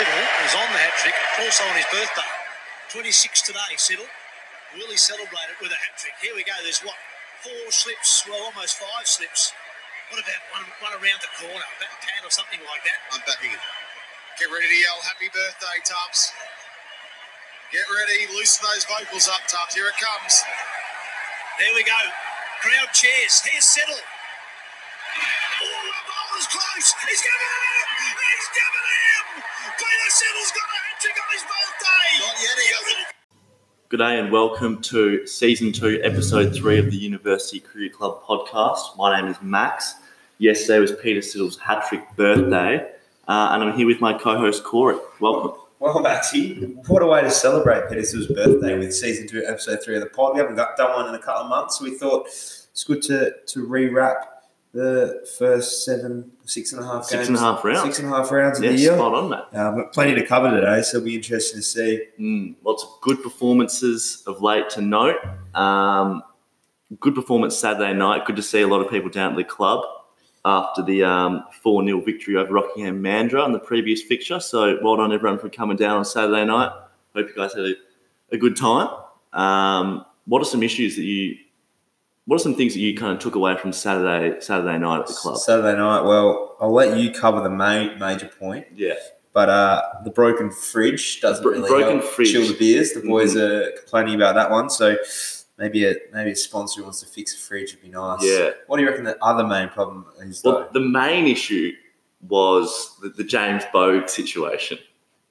was on the hat trick, also on his birthday. 26 today, Siddle. Will he celebrate it with a hat trick? Here we go. There's what? Four slips, well, almost five slips. What about one, one around the corner? About 10 or something like that. I'm backing it. Get ready to yell happy birthday, Tubbs. Get ready, loosen those vocals up, Tubbs. Here it comes. There we go. Crowd cheers. Here's Settle. Oh, the ball is close. He's giving it him. He's giving it him. Peter Settle's got a hat trick on his birthday. Not yet, he hasn't. Good day and welcome to season two, episode three of the University Career Club podcast. My name is Max. Yesterday was Peter Siddle's hat trick birthday, uh, and I'm here with my co host Corey. Welcome. Well, Maxie, what a way to celebrate Peter's birthday with season two, episode three of the pod. We haven't got done one in a couple of months. So we thought it's good to to rewrap the first seven, six and a half, Six games, and a half rounds. six and a half rounds of Yeah, the year. spot on, mate. Um, but plenty to cover today, so it'll be interesting to see. Mm, lots of good performances of late to note. Um, good performance Saturday night. Good to see a lot of people down at the club after the 4 0 victory over Rockingham Mandra in the previous fixture. So well done, everyone, for coming down on Saturday night. Hope you guys had a, a good time. Um, what are some issues that you. What are some things that you kind of took away from Saturday Saturday night at the club? Saturday night. Well, I'll let you cover the main major point. Yeah, But uh, the broken fridge doesn't Bro- really broken help fridge. chill the beers. The boys are complaining about that one, so maybe a maybe a sponsor who wants to fix a fridge would be nice. Yeah. What do you reckon the other main problem is well, though? the main issue was the, the James Bogue situation.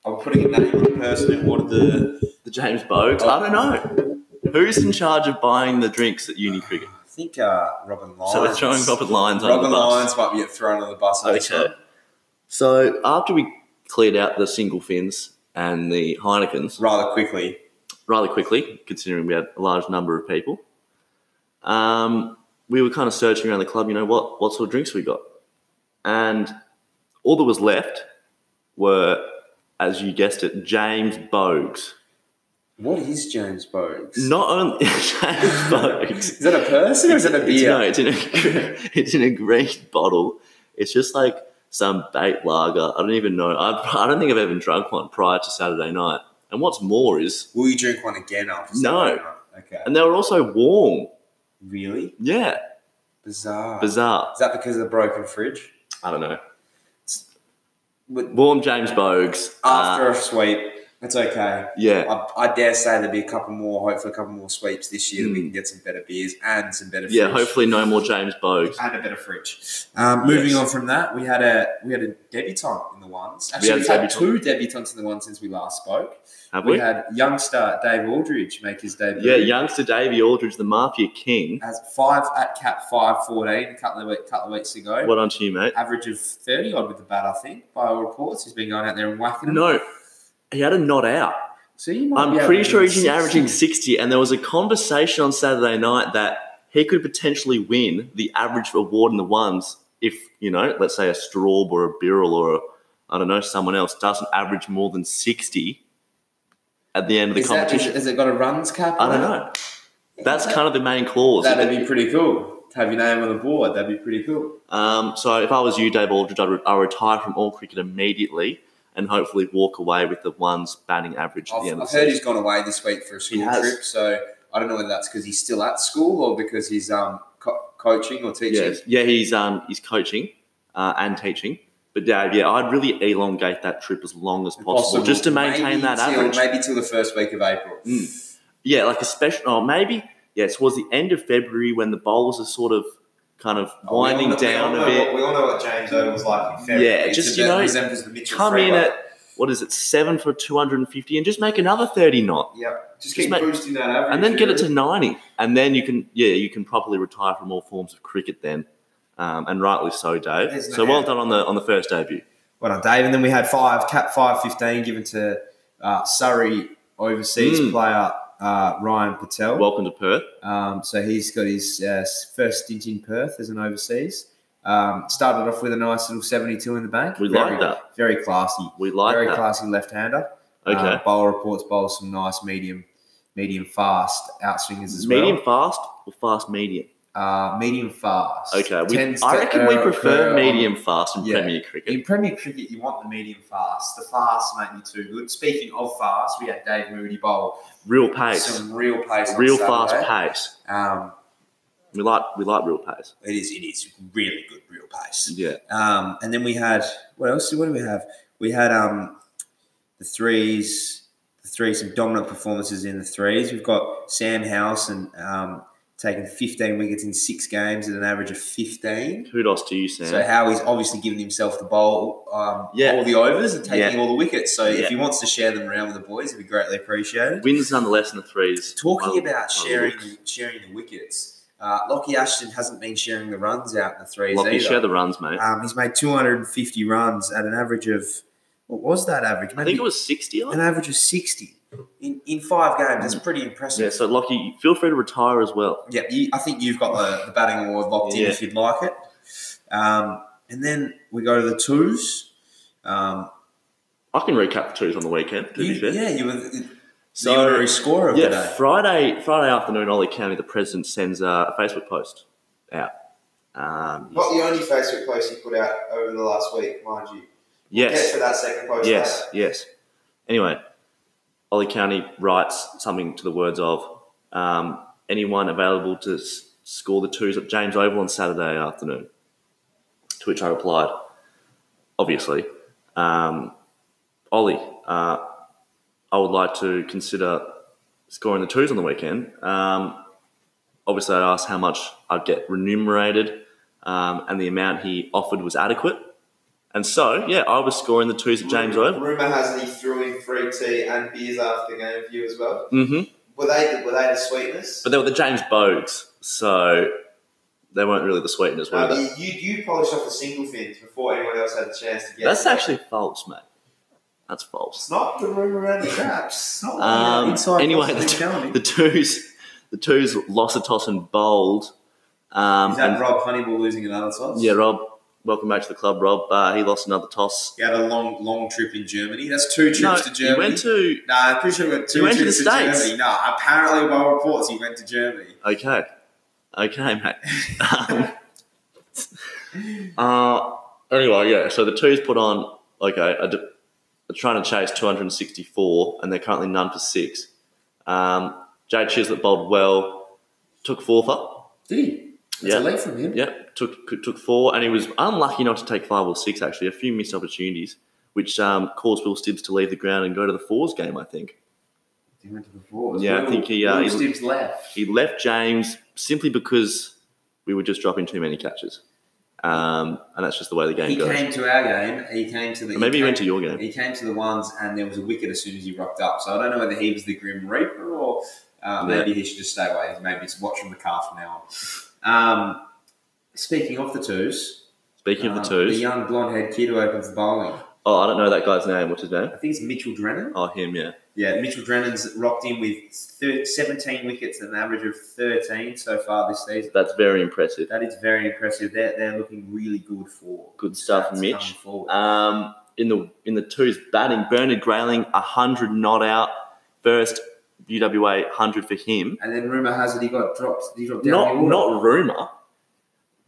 I'm putting a name on the person who ordered the. The James Bogues? I don't know. Who's in charge of buying the drinks at Uni Cricket? I think uh, Robin Lyons. So they're throwing Robert Lyons under the Robin bus. Lyons might be thrown on the bus. at this Okay. time. So after we cleared out the single fins and the Heinekens Rather quickly. rather quickly, considering we had a large number of people, um, we were kind of searching around the club, you know, what, what sort of drinks we got. And all that was left were, as you guessed it, James Bogues. What is James Bogues? Not only James Bogues. Is that a person or is that a It's, beer? no, it's in a it's in a green bottle. It's just like some bait lager. I don't even know. I, I don't think I've ever drunk one prior to Saturday night. And what's more is, Will you drink one again after? No. Saturday night? Okay. and they were also warm. Really Yeah, bizarre. bizarre. Is that because of the broken fridge? I don't know. But Warm James Bogues. after uh, a sweep, it's okay. yeah, I, I dare say there'll be a couple more, hopefully a couple more sweeps this year that we Mm. can get some better beers and some better yeah. fridge. Hopefully, no more James Bogues. and a better fridge. Um, moving Yes. on from that, we had a we had a debutante in the ones. Actually, had a we have had two debutant. debutantes in the ones since we last spoke. Have We we? had youngster Dave Aldridge make his debut. Yeah, youngster Davey Aldridge, the Mafia King. Has five at cap five fourteen a couple of week, couple of weeks ago. What on to you, mate? Average of thirty odd with the bat, I think, by all reports. He's been going out there and whacking them. No, he had a not out. so you might I'm be pretty sure he's averaging been averaging 60. 60, and there was a conversation on Saturday night that he could potentially win the average award in the ones if, you know, let's say a Straub or a Birrell or, a, I don't know, someone else doesn't average more than 60 at the end of the Is that- competition. is- has it got a runs cap? I don't on it? know. That's kind of the main clause. That'd be pretty cool. To have your name on the board, that'd be pretty cool. Um, so if I was you, Dave Aldridge, I'd, re- I'd retire from all cricket immediately and hopefully walk away with the ones batting average at I've, the end of I've the heard season. he's gone away this week for a school has. trip, so I don't know whether that's because he's still at school or because he's um co- coaching or teaching. Yes. Yeah, he's um he's coaching uh, and teaching. But Dave, yeah, I'd really elongate that trip as long as possible, Possible. just to maintain Maybe that till- average. Hmm. Maybe till the first week of April. Yeah, like especially oh maybe yeah, towards the end of February when the bowlers are sort of kind of Oh, we all winding know- we all down know a bit. What, we all know what James Oval's like in February. Yeah, It's just, a you bit- know, resembles the Mitchell Come in Freeway. at what is it, seven for two hundred and fifty and just make another thirty knot. Yep. Just, just keep make- boosting that average. And then get it to really. ninety. And then you can yeah, you can properly retire from all forms of cricket then. Um, and rightly so, Dave. There's no so well doubt. done on the on the first debut. Well done, Dave. And then we had five cap five fifteen given to uh, Surrey overseas Mm. player uh, Ryan Patel. Welcome to Perth. Um, so he's got his uh, first stint in Perth as an overseas. Um, started off with a nice little 72 in the bank. We very, like that. Very classy. We like very that. classy left-hander. Okay. Um, bowl reports bowl some nice medium, medium fast outswingers as medium well. fast or fast medium? uh, medium fast. Okay, we, Tends I to reckon we err- err prefer on- medium fast in Yeah. Premier cricket. In Premier cricket, you want the medium fast. The fast make you too good. Speaking of fast, we had Dave Moody bowl Real pace, some real pace. on real fast Saturday. pace. Um, We like we like real pace. it is. It is really good real pace. Yeah, Um, and then we had what else? What do we have? We had um, the threes, the threes, some dominant performances in the threes. We've got Sam House and um, taking 15 wickets in six games at an average of 15. kudos to you, Sam. So Howie's obviously given himself the bowl, um, Yeah. all the overs and taking Yeah. all the wickets. So Yeah. if he wants to share them around with the boys, it'd be greatly appreciated. Wins nonetheless in the threes. Talking Well, well, about sharing looks. sharing the wickets, uh, Lockie Ashton hasn't been sharing the runs out in the threes Lockie, either. share the runs, mate. Um, he's made 250 runs at an average of what was that average? I Maybe think it was sixty. an Like? average of 60 in, in five games. That's pretty impressive. Yeah. So Lockie, feel free to retire as well. Yeah, you, I think you've got the, the batting award locked Yeah. in if you'd like it. Um, and then we go to the twos. Um, I can recap the twos on the weekend. To be you- fair. yeah, you were the So- honorary scorer of Yeah, the day. Friday Friday afternoon, Ollie County, the president sends uh, a Facebook post out. Um, Not the only Facebook post he put out over the last week, mind you. Get yes, for that second post. eh? yes, yes. Anyway, Ollie County writes something to the words of um, anyone available to s- score the twos at James Oval on Saturday afternoon. To which I replied, obviously, um, Ollie, uh, I would like to consider scoring the twos on the weekend. Um, obviously, I asked how much I'd get remunerated, um, and the amount he offered was adequate. And so, yeah, I was scoring the twos at James Oval. Rumour has it he threw in free tea and beers after the game for you as well. hmm Were they were they the sweetness? But they were the James Bogues, so they weren't really the sweeteners, were No, they? you, you you polished off the single fins before anyone else had a chance to get. That's it. actually false, mate. That's false. It's not the rumour around the traps. Oh, yeah, Um, inside anyway, possibly the, challenging. the twos, the twos, Lossitos and Bold. Um, Is that and- Rob Honeyball losing another toss? yeah, Rob, welcome back to the club, Rob. Uh, he lost another toss. He had a long, long trip in Germany. That's two trips No, to he Germany. went to. Nah, I'm pretty sure we got two He went to trips the to States. Germany. No, apparently by reports he went to Germany. Okay, okay, mate. um, uh, anyway, yeah. So the twos put on. Okay, a, d- are trying to chase 264, and they're currently none for six. Um, Jade Chislett bowled well, took four for. Did he? That's a Yeah. leg from him. Yep, took took four, and he was unlucky not to take five or six. Actually, a few missed opportunities, which um, caused Will Stibbs to leave the ground and go to the fours game. I think He went to the fours. Yeah, I think he, uh, Will he- Stibbs left. he left James simply because we were just dropping too many catches, um, and that's just the way the game He goes. came to our game. He came to the. Or maybe he came- went to your game. He came to the ones, and there was a wicket as soon as he rocked up. So I don't know whether he was the Grim Reaper or uh, Yeah. maybe he should just stay away. Maybe it's watch from the car from now on. Um, speaking of the twos, Speaking of the um, twos, the young blonde-haired kid who opens the bowling. oh, I don't know that guy's name. What's his name? I think it's Mitchell Drennan. Oh, him. Yeah. Yeah, Mitchell Drennan's rocked in with thir- 17 wickets at an average of 13 so far this season. That's very impressive. That is very impressive. They're, they're looking really good for Good stuff, that's Mitch. coming forward. Um, in the in the twos batting, Bernard Grayling hundred not out. First UWA hundred for him. And then rumor has it he got dropped. He dropped down Not the order. not rumor.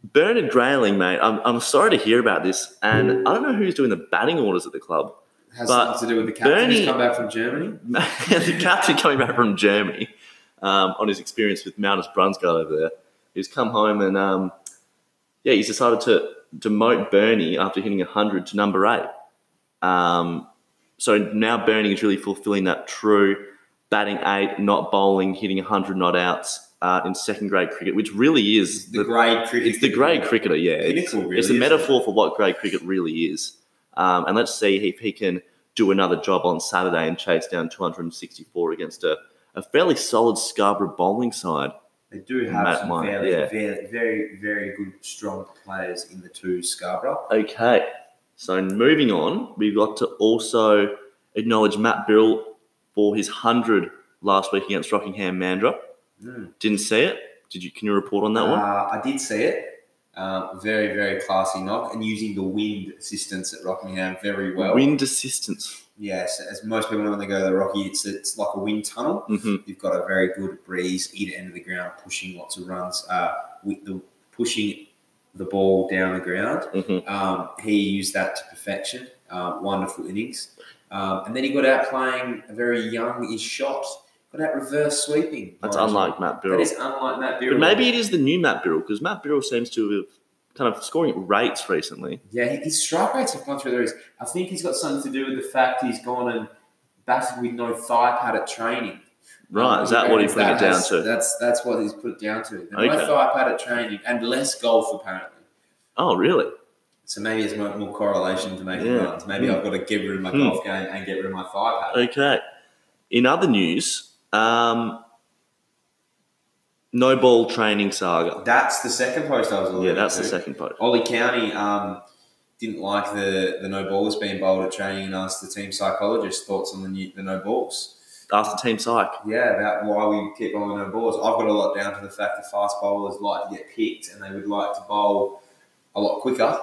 Bernard Grayling, mate. I'm, I'm sorry to hear about this, and I don't know who's doing the batting orders at the club. has but something to do with the captain Bernie- who's come back from Germany. the captain coming back from Germany um, on his experience with Mountus Brunsgaard over there. He's come home and um, yeah, he's decided to demote Bernie after hitting hundred to number eight. Um, so now Bernie is really fulfilling that true batting eight, not bowling, hitting hundred not outs uh, in second grade cricket, which really is The, grade cricket. it's the grade cricketer, yeah. It's, Pinnacle, really, it's a isn't metaphor for what grade cricket really is. Um, and let's see if he can do another job on Saturday and chase down 264 against a, a fairly solid Scarborough bowling side. They do have Matt some Meyer, fairly, yeah. very, very, very good, strong players in the two Scarborough. Okay, so moving on, we've got to also acknowledge Matt Birrell for his 100 last week against Rockingham Mandra. Mm. Didn't see it. Did you? Can you report on Hmm. that one? Uh, I did see it. Um, very, very classy knock and using the wind assistance at Rockingham very well. Wind assistance. yes, as most people know when they go to the Rocky, it's it's like a wind tunnel. hmm You've got a very good breeze either end of the ground, pushing lots of runs, uh, with the pushing the ball down the ground. Mhm. Um, he used that to perfection. Uh, wonderful innings, um, and then he got out playing a very young-ish shot. Got out reverse sweeping. That's mind you. unlike Matt That Birrell. is unlike Matt Birrell. But maybe it is the new Matt Birrell because Matt Birrell seems to have kind of scoring at rates recently. Yeah, he- his strike rates have gone through the roof. I think he's got something to do with the fact he's gone and batted with no thigh pad at training. Right, is that what he's putting it That down has- to? That's that's what he's put it down to. No Okay. thigh pad at training and less golf apparently. Oh, really? So maybe it's more, more correlation to making Yeah. runs. Maybe Hmm. I've got to get rid of my Hmm. golf game and get rid of my thigh pad. Okay. In other news, um, no ball training saga. That's the second post I was. Yeah, alluding that's the to. second post. Ollie County um, didn't like the, the no balls being bowled at training and asked the team psychologist thoughts on the new, the no balls. After team psych. Yeah, about why we keep bowling no balls. I've got a lot down to the fact that fast bowlers like to get picked and they would like to bowl a lot quicker.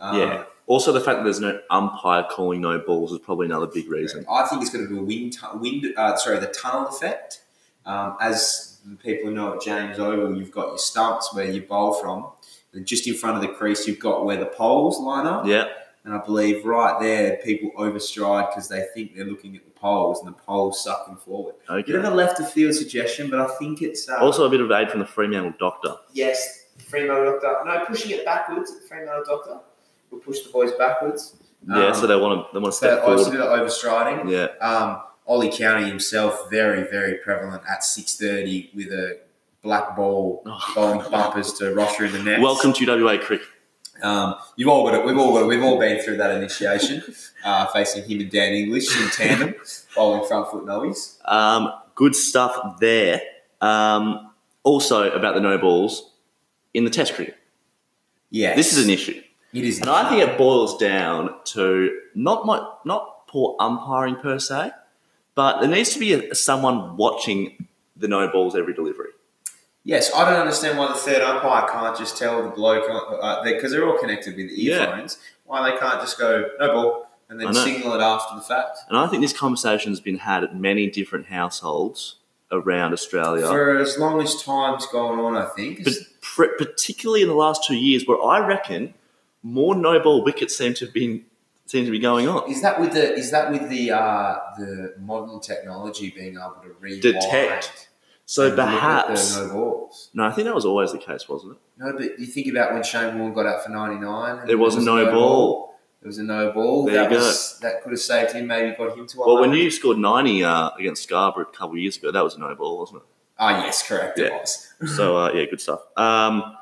Um, Yeah. Also, the fact that there's no umpire calling no balls is probably another big reason. I think it's going to be a wind, tu- wind uh, sorry, the tunnel effect. Um, as the people know at James Oval, you've got your stumps where you bowl from. And just in front of the crease, you've got where the poles line up. Yeah. And I believe right there, people overstride because they think they're looking at the poles and the poles suck them forward. Bit Okay. of a left of field suggestion, but I think it's uh, Also, a bit of aid from the Fremantle doctor. yes, Fremantle Doctor. No, pushing it backwards. Fremantle Doctor will push the boys backwards. Yeah. Um, so they want to they want to So that step was a forward. bit of overstriding. Yeah. Um, Ollie County himself, very very prevalent at six thirty with a black ball bowling bumpers to Rosher in the net. Welcome to WA cricket. Um, you've all got it. We've all got it. We've all been through that initiation, uh, facing him and Dan English in tandem, bowling front foot nollies. Um, good stuff there. Um, also about the no balls in the Test cricket. Yeah, This is an issue. It is, And I think it boils down to not my, not poor umpiring per se, but there needs to be a, someone watching the no balls every delivery. Yes, I don't understand why the third umpire can't just tell the bloke uh, because they're all connected with Yeah. earphones. Why they can't just go no ball and I then know. signal it after the fact? And I think this conversation has been had at many different households around Australia, For as long as time's gone on, I think. but pr- particularly in the last two years, where I reckon more no ball wickets seem to have been seem to be going on. Is that with the is that with the uh, the modern technology being able to rewind Detect. So and look at perhaps the no balls? no, I think that was always the case, wasn't it? No, but you think about when Shane Warne got out for ninety nine. There was a no ball. There was a no ball. There you that go. was that could have saved him. Maybe got him to. Well, when 100. you scored ninety uh, against Scarborough a couple of years ago, that was a no ball, wasn't it? ah yes, correct. It Yeah. was. So uh, yeah, good stuff. Um,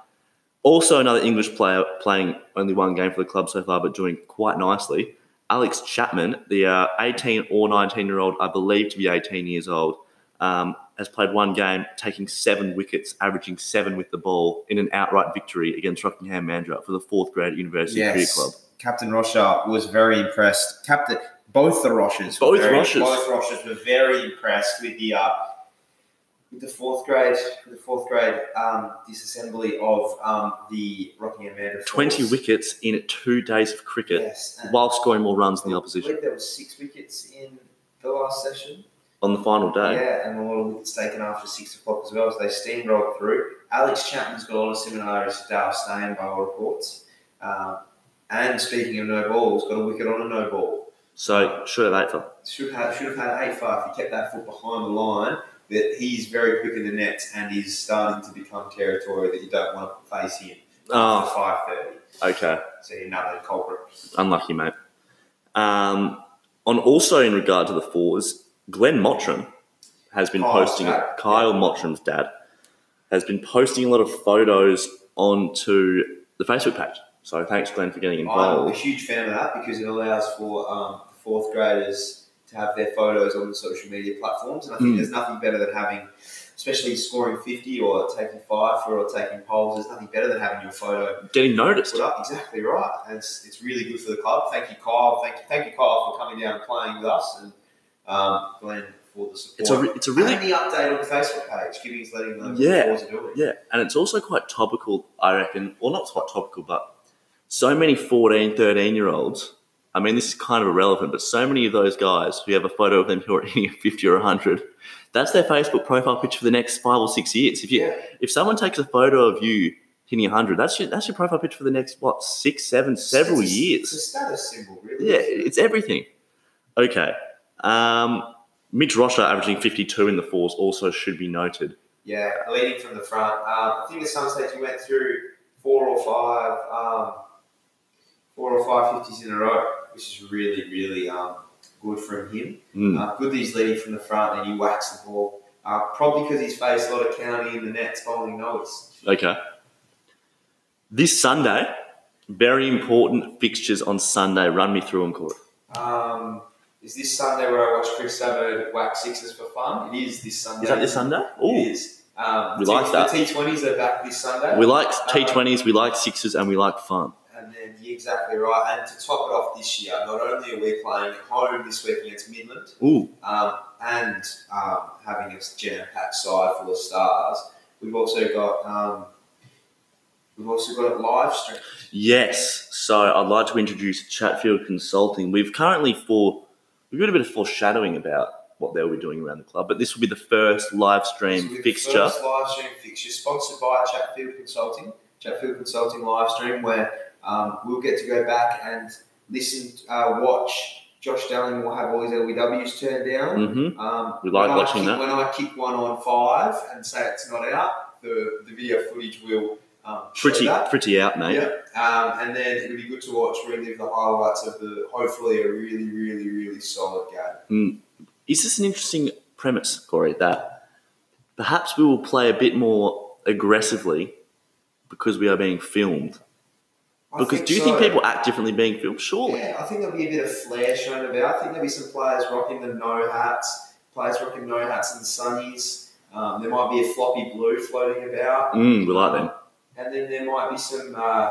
also, another English player playing only one game for the club so far, but doing quite nicely. Alex Chapman, the uh, 18 or 19 year old, I believe to be 18 years old, um, has played one game, taking seven wickets, averaging seven with the ball in an outright victory against Rockingham Mandurah for the fourth grade at University Cricket Club. Captain Rocha was very impressed. Captain, both the Roshas, were Both very, Roshas. both Roshas were very impressed with the uh, with the fourth grade, with the fourth grade um, disassembly of um, the Rockingham Manders. 20 wickets in two days of cricket Yes, and while scoring more runs than the I opposition believe there was six wickets in the last session. on the final day. Yeah, and a lot of wickets taken after six o'clock as well, so they steamrolled through. Alex Chapman's got a lot of similarities to Dale Steyn by all reports. Um, and speaking of no balls, got a wicket on a no ball. So, short of eight for. Should have should have had eight five. He kept that foot behind the line, but he's very quick in the nets and he's starting to become territory that you don't want to face him. Oh, five thirty. okay. So another culprit. unlucky, mate. Um, on also in regard to the fours, Glenn Mottram has been Kyle's posting. dad. Kyle Mottram's dad has been posting a lot of photos onto the Facebook page. So thanks, Glenn, for getting I'm a involved. huge fan of that because it allows for um, the fourth graders to have their photos on the social media platforms, and I think Mm. there's nothing better than having, especially scoring 50 or taking five for or taking polls. There's nothing better than having your photo Getting noticed. put up. Exactly right, and it's, it's really good for the club. Thank you, Kyle. Thank you, thank you, Kyle, for coming down and playing with us, and um, Glenn for the support. It's a re- it's a really and the update on the Facebook page, giving us letting them know Yeah. what the fours are doing. Yeah, and it's also quite topical, I reckon. Well, not quite topical, but so many 14, 13 year olds I mean, this is kind of irrelevant, but so many of those guys who have a photo of them who are eating at 50 or 100, that's their Facebook profile picture for the next five or six years. If you, if someone takes a photo of you hitting 100, that's your, that's your profile picture for the next, what, six, seven, several It's a- years. It's a status symbol, really. Yeah, it's everything. Okay. Um, Mitch Rocha averaging 52 in the fours also should be noted. Yeah, leading from the front. Um, I think at some stage you went through four or five, um, four or five fifties in a row, which is really, really um, good from him. Mm. Uh, good that he's leading from the front and he whacks the ball. Uh, probably because he's faced a lot of county in the nets bowling noise. Okay. This Sunday, very important fixtures on Sunday. Run me through them, Corey. Um, is this Sunday where I watch Chris Sabo whack sixes for fun? It is this Sunday. Is that this Sunday? It Ooh. is. Um, We the like T- that. The T20s are back this Sunday. We like T20s, we like sixes, and we like fun. And then you're exactly right. And to top it off this year, not only are we playing at home this week against Midland, Ooh. um, and um, having a jam-packed side full of stars, we've also got um, we've also got it live stream. Yes. So I'd like to introduce Chatfield Consulting. We've currently for we've got a bit of foreshadowing about what they'll be doing around the club, but this will be the first live So stream we've got the fixture. First live stream fixture sponsored by Chatfield Consulting. Chatfield Consulting live stream where um, we'll get to go back and listen, uh, watch. Josh Dowling will have all his LBWs turned down. hmm Um, We like when watching I kick, that. When I kick one on five and say it's not out, the, the video footage will um, show pretty eh? that. pretty out, mate. Yeah. Um, and then it'll be good to watch relive the highlights of the hopefully a really, really, really solid game. Is this an interesting premise, Corey? That perhaps we will play a bit more aggressively because we are being filmed. I Because do you so. think people act differently being filmed? Surely. Yeah, I think there'll be a bit of flair shown about. I think there'll be some players rocking the no hats, players rocking no hats and sunnies. Um, there might be a floppy blue floating about. Mm, we like them. And then there might be some uh,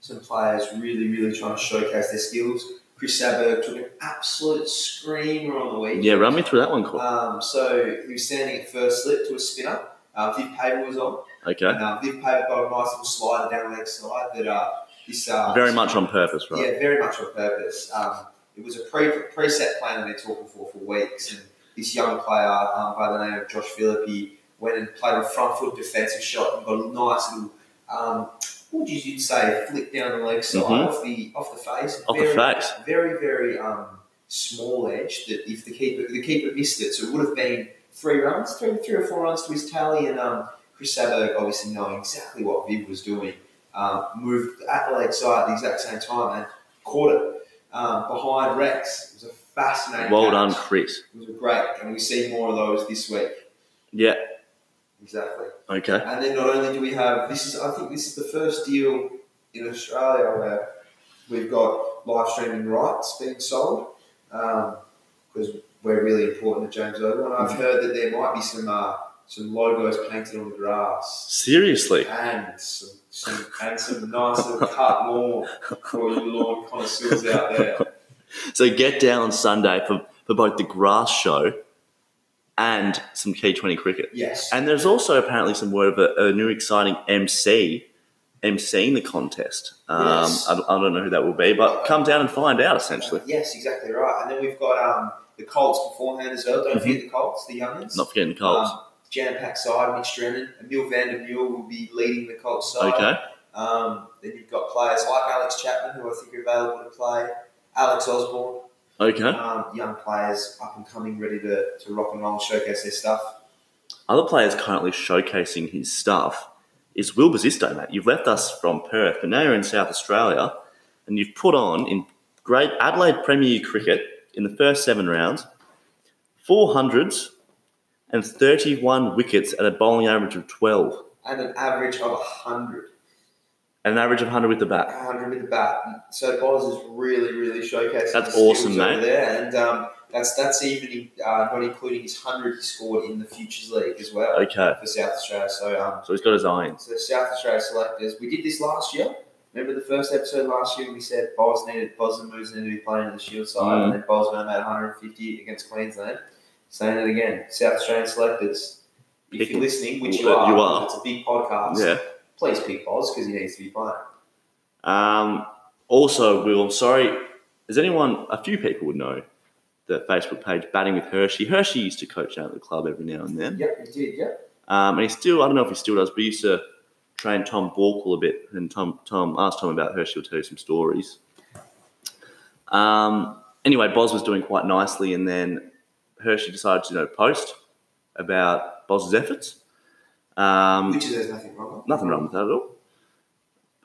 some players really, really trying to showcase their skills. Chris Sabo took an absolute screamer on the week. Yeah, run me through that one, Corey. Um, so he was standing at first slip to a spinner. Uh, Viv Pavel was on. Okay. And, uh, Viv Pavel got a nice little slider down leg side that uh, this uh, Very much on purpose, right? yeah, very much on purpose. Um, it was a pre- preset plan that they're talking for for weeks, and this young player um, by the name of Josh Philippi went and played a front foot defensive shot and got a nice little, um, what would you say, flick down the leg side Mhm. off the off the face, Off the very, face. very very um, small edge that if the keeper the keeper missed it, so it would have been three runs, three three or four runs to his tally, and um, Chris Sabo obviously knowing exactly what Viv was doing um, moved at the leg side at the exact same time and caught it um, behind Rex. It was a fascinating. Well catch. done, Chris. It was a great, and we see more of those this week. Yeah. Exactly. Okay. And then not only do we have this is I think this is the first deal in Australia where we've got live streaming rights being sold because we're really important to James Oval. And Mm. I've heard that there might be some uh, some logos painted on the grass. Seriously. And some, some, and some nice little cut lawn for you lawn connoisseurs out there. So get down on Sunday for, for both the grass show and some T20 cricket. Yes. And there's also apparently some word of a, a new exciting MC emceeing the contest. Um, Yes. I, I don't know who that will be, but come down and find out, essentially. Uh, yes, exactly right. And then we've got um, the Colts beforehand as well. Don't forget the Colts, the youngins. Not forgetting the Colts. Um, jam-packed side, Mitch Drennan. Emil van der Meel will be leading the Colts side. okay. Um, then you've got players like Alex Chapman, who I think are available to play. Alex Osborne, Okay. um, young players up and coming, ready to, to rock and roll, showcase their stuff. Other players currently showcasing his stuff is Will Bazisto, mate. You've left us from Perth, but now you're in South Australia and you've put on in great Adelaide Premier cricket in the first seven rounds, 400s and 31 wickets at a bowling average of 12 And an average of 100. and an average of 100 with the bat. 100 with the bat. So Boz is really, really showcasing. That's his skills awesome, over mate. There and um, that's that's even uh, not including his 100 he scored in the Futures League as well Okay. for South Australia. So um, So he's got his eye in. so South Australia selectors, we did this last year. Remember the first episode last year? We said Boz needed Boz and Moose needed to be playing in the Shield side, Mm. and then Boz went and made 150 against Queensland. Saying it again, South Australian selectors. If Pick you're him. listening, which you Well, are, you are. 'cause it's a big podcast. Yeah. Please pick Boz because he needs to be playing. Um, Also, Will, I'm sorry. Does anyone? A few people would know the Facebook page Batting with Hershey. Hershey used to coach out at the club every now and then, Yep, he did. Yep. um, and he still. I don't know if he still does, but he used to train Tom Borkle a bit. And Tom, Tom asked Tom about Hershey. He'll tell you some stories. Um, anyway, Boz was doing quite nicely, and then Hershey decided to you know post about Boz's efforts. Um, Which is there's nothing wrong with. Nothing wrong with that at all.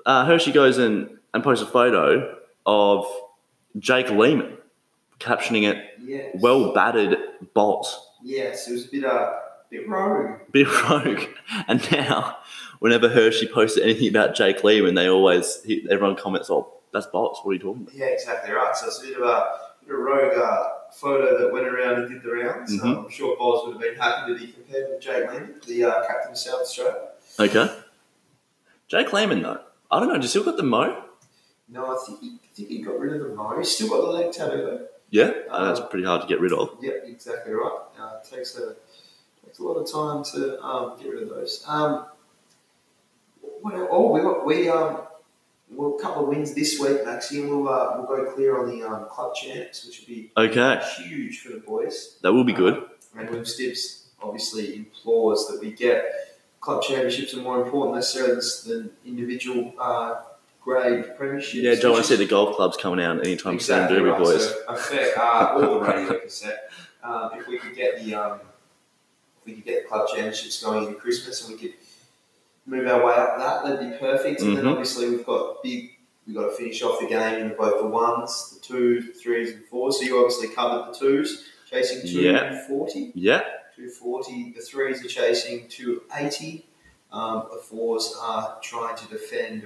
Uh, Hershey goes in and posts a photo of Jake Lehman captioning it Yes. well battered bolt, Yes, it was a bit uh, bit rogue. bit rogue. And now, whenever Hershey posts anything about Jake Lehman, they always, he, everyone comments, oh, that's bots. What are you talking about? Yeah, exactly right. So it's a bit of a bit of a rogue uh, photo that went around and did the rounds. Mhm. Um, I'm sure Boz would have been happy to be compared with Jake Lehman, the uh, captain of South Australia. Okay. Jake Lehman, though, I don't know, does he still got the mo? No, I think he, I think he got rid of the mo. He's still got the leg tattoo though. Yeah, uh, that's pretty hard to get rid of. Yep, exactly right. Uh, it takes a takes a lot of time to um, get rid of those. Um, what, el- oh, we got we um, well, a couple of wins this week, Maxi, and we'll uh, we'll go clear on the um, club champs, which will be Okay, huge for the boys. Um, that will be good. And William Stibbs obviously implores that we get club championships are more important necessarily than than individual uh, grade premierships. Yeah, don't want which to is- see the golf clubs coming out anytime soon, do we, right. boys? So I think, uh, all the radio cassette. Um, if we could get the um, if we could get the club championships going into Christmas and we could move our way up that, that'd be perfect. And then Mhm. obviously we've got big we've got to finish off the game in both the ones, the twos, the threes and fours. So you obviously covered the twos, chasing two Yeah. forty. Yeah, 240. The threes are chasing 280. Um, the fours are trying to defend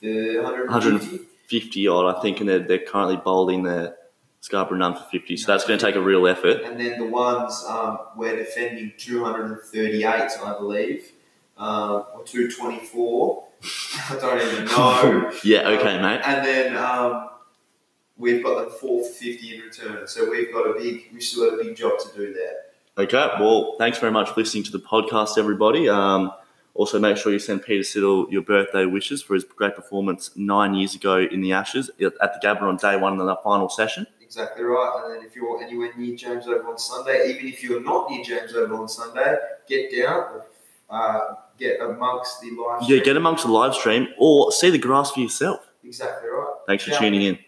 130, 150. 50 odd, I think, and they're, they're currently bowling their Scarborough none for 50, so that's going to take a real effort. And then the ones um, we're defending 238, I believe, um, or 224. I don't even know. Yeah, okay, mate. And then um, we've got them 4 for 50 in return. So we've got a big, we've still got a big job to do there. Okay, well, thanks very much for listening to the podcast, everybody. Um, also, make sure you send Peter Siddle your birthday wishes for his great performance nine years ago in the Ashes at the Gabba on day one in the final session. Exactly right. And then if you're anywhere near James Oval on Sunday, even if you're not near James Oval on Sunday, get down, uh, get amongst the live Yeah, stream. get amongst the live stream or see the grass for yourself. Exactly right. Thanks for Yeah. tuning in.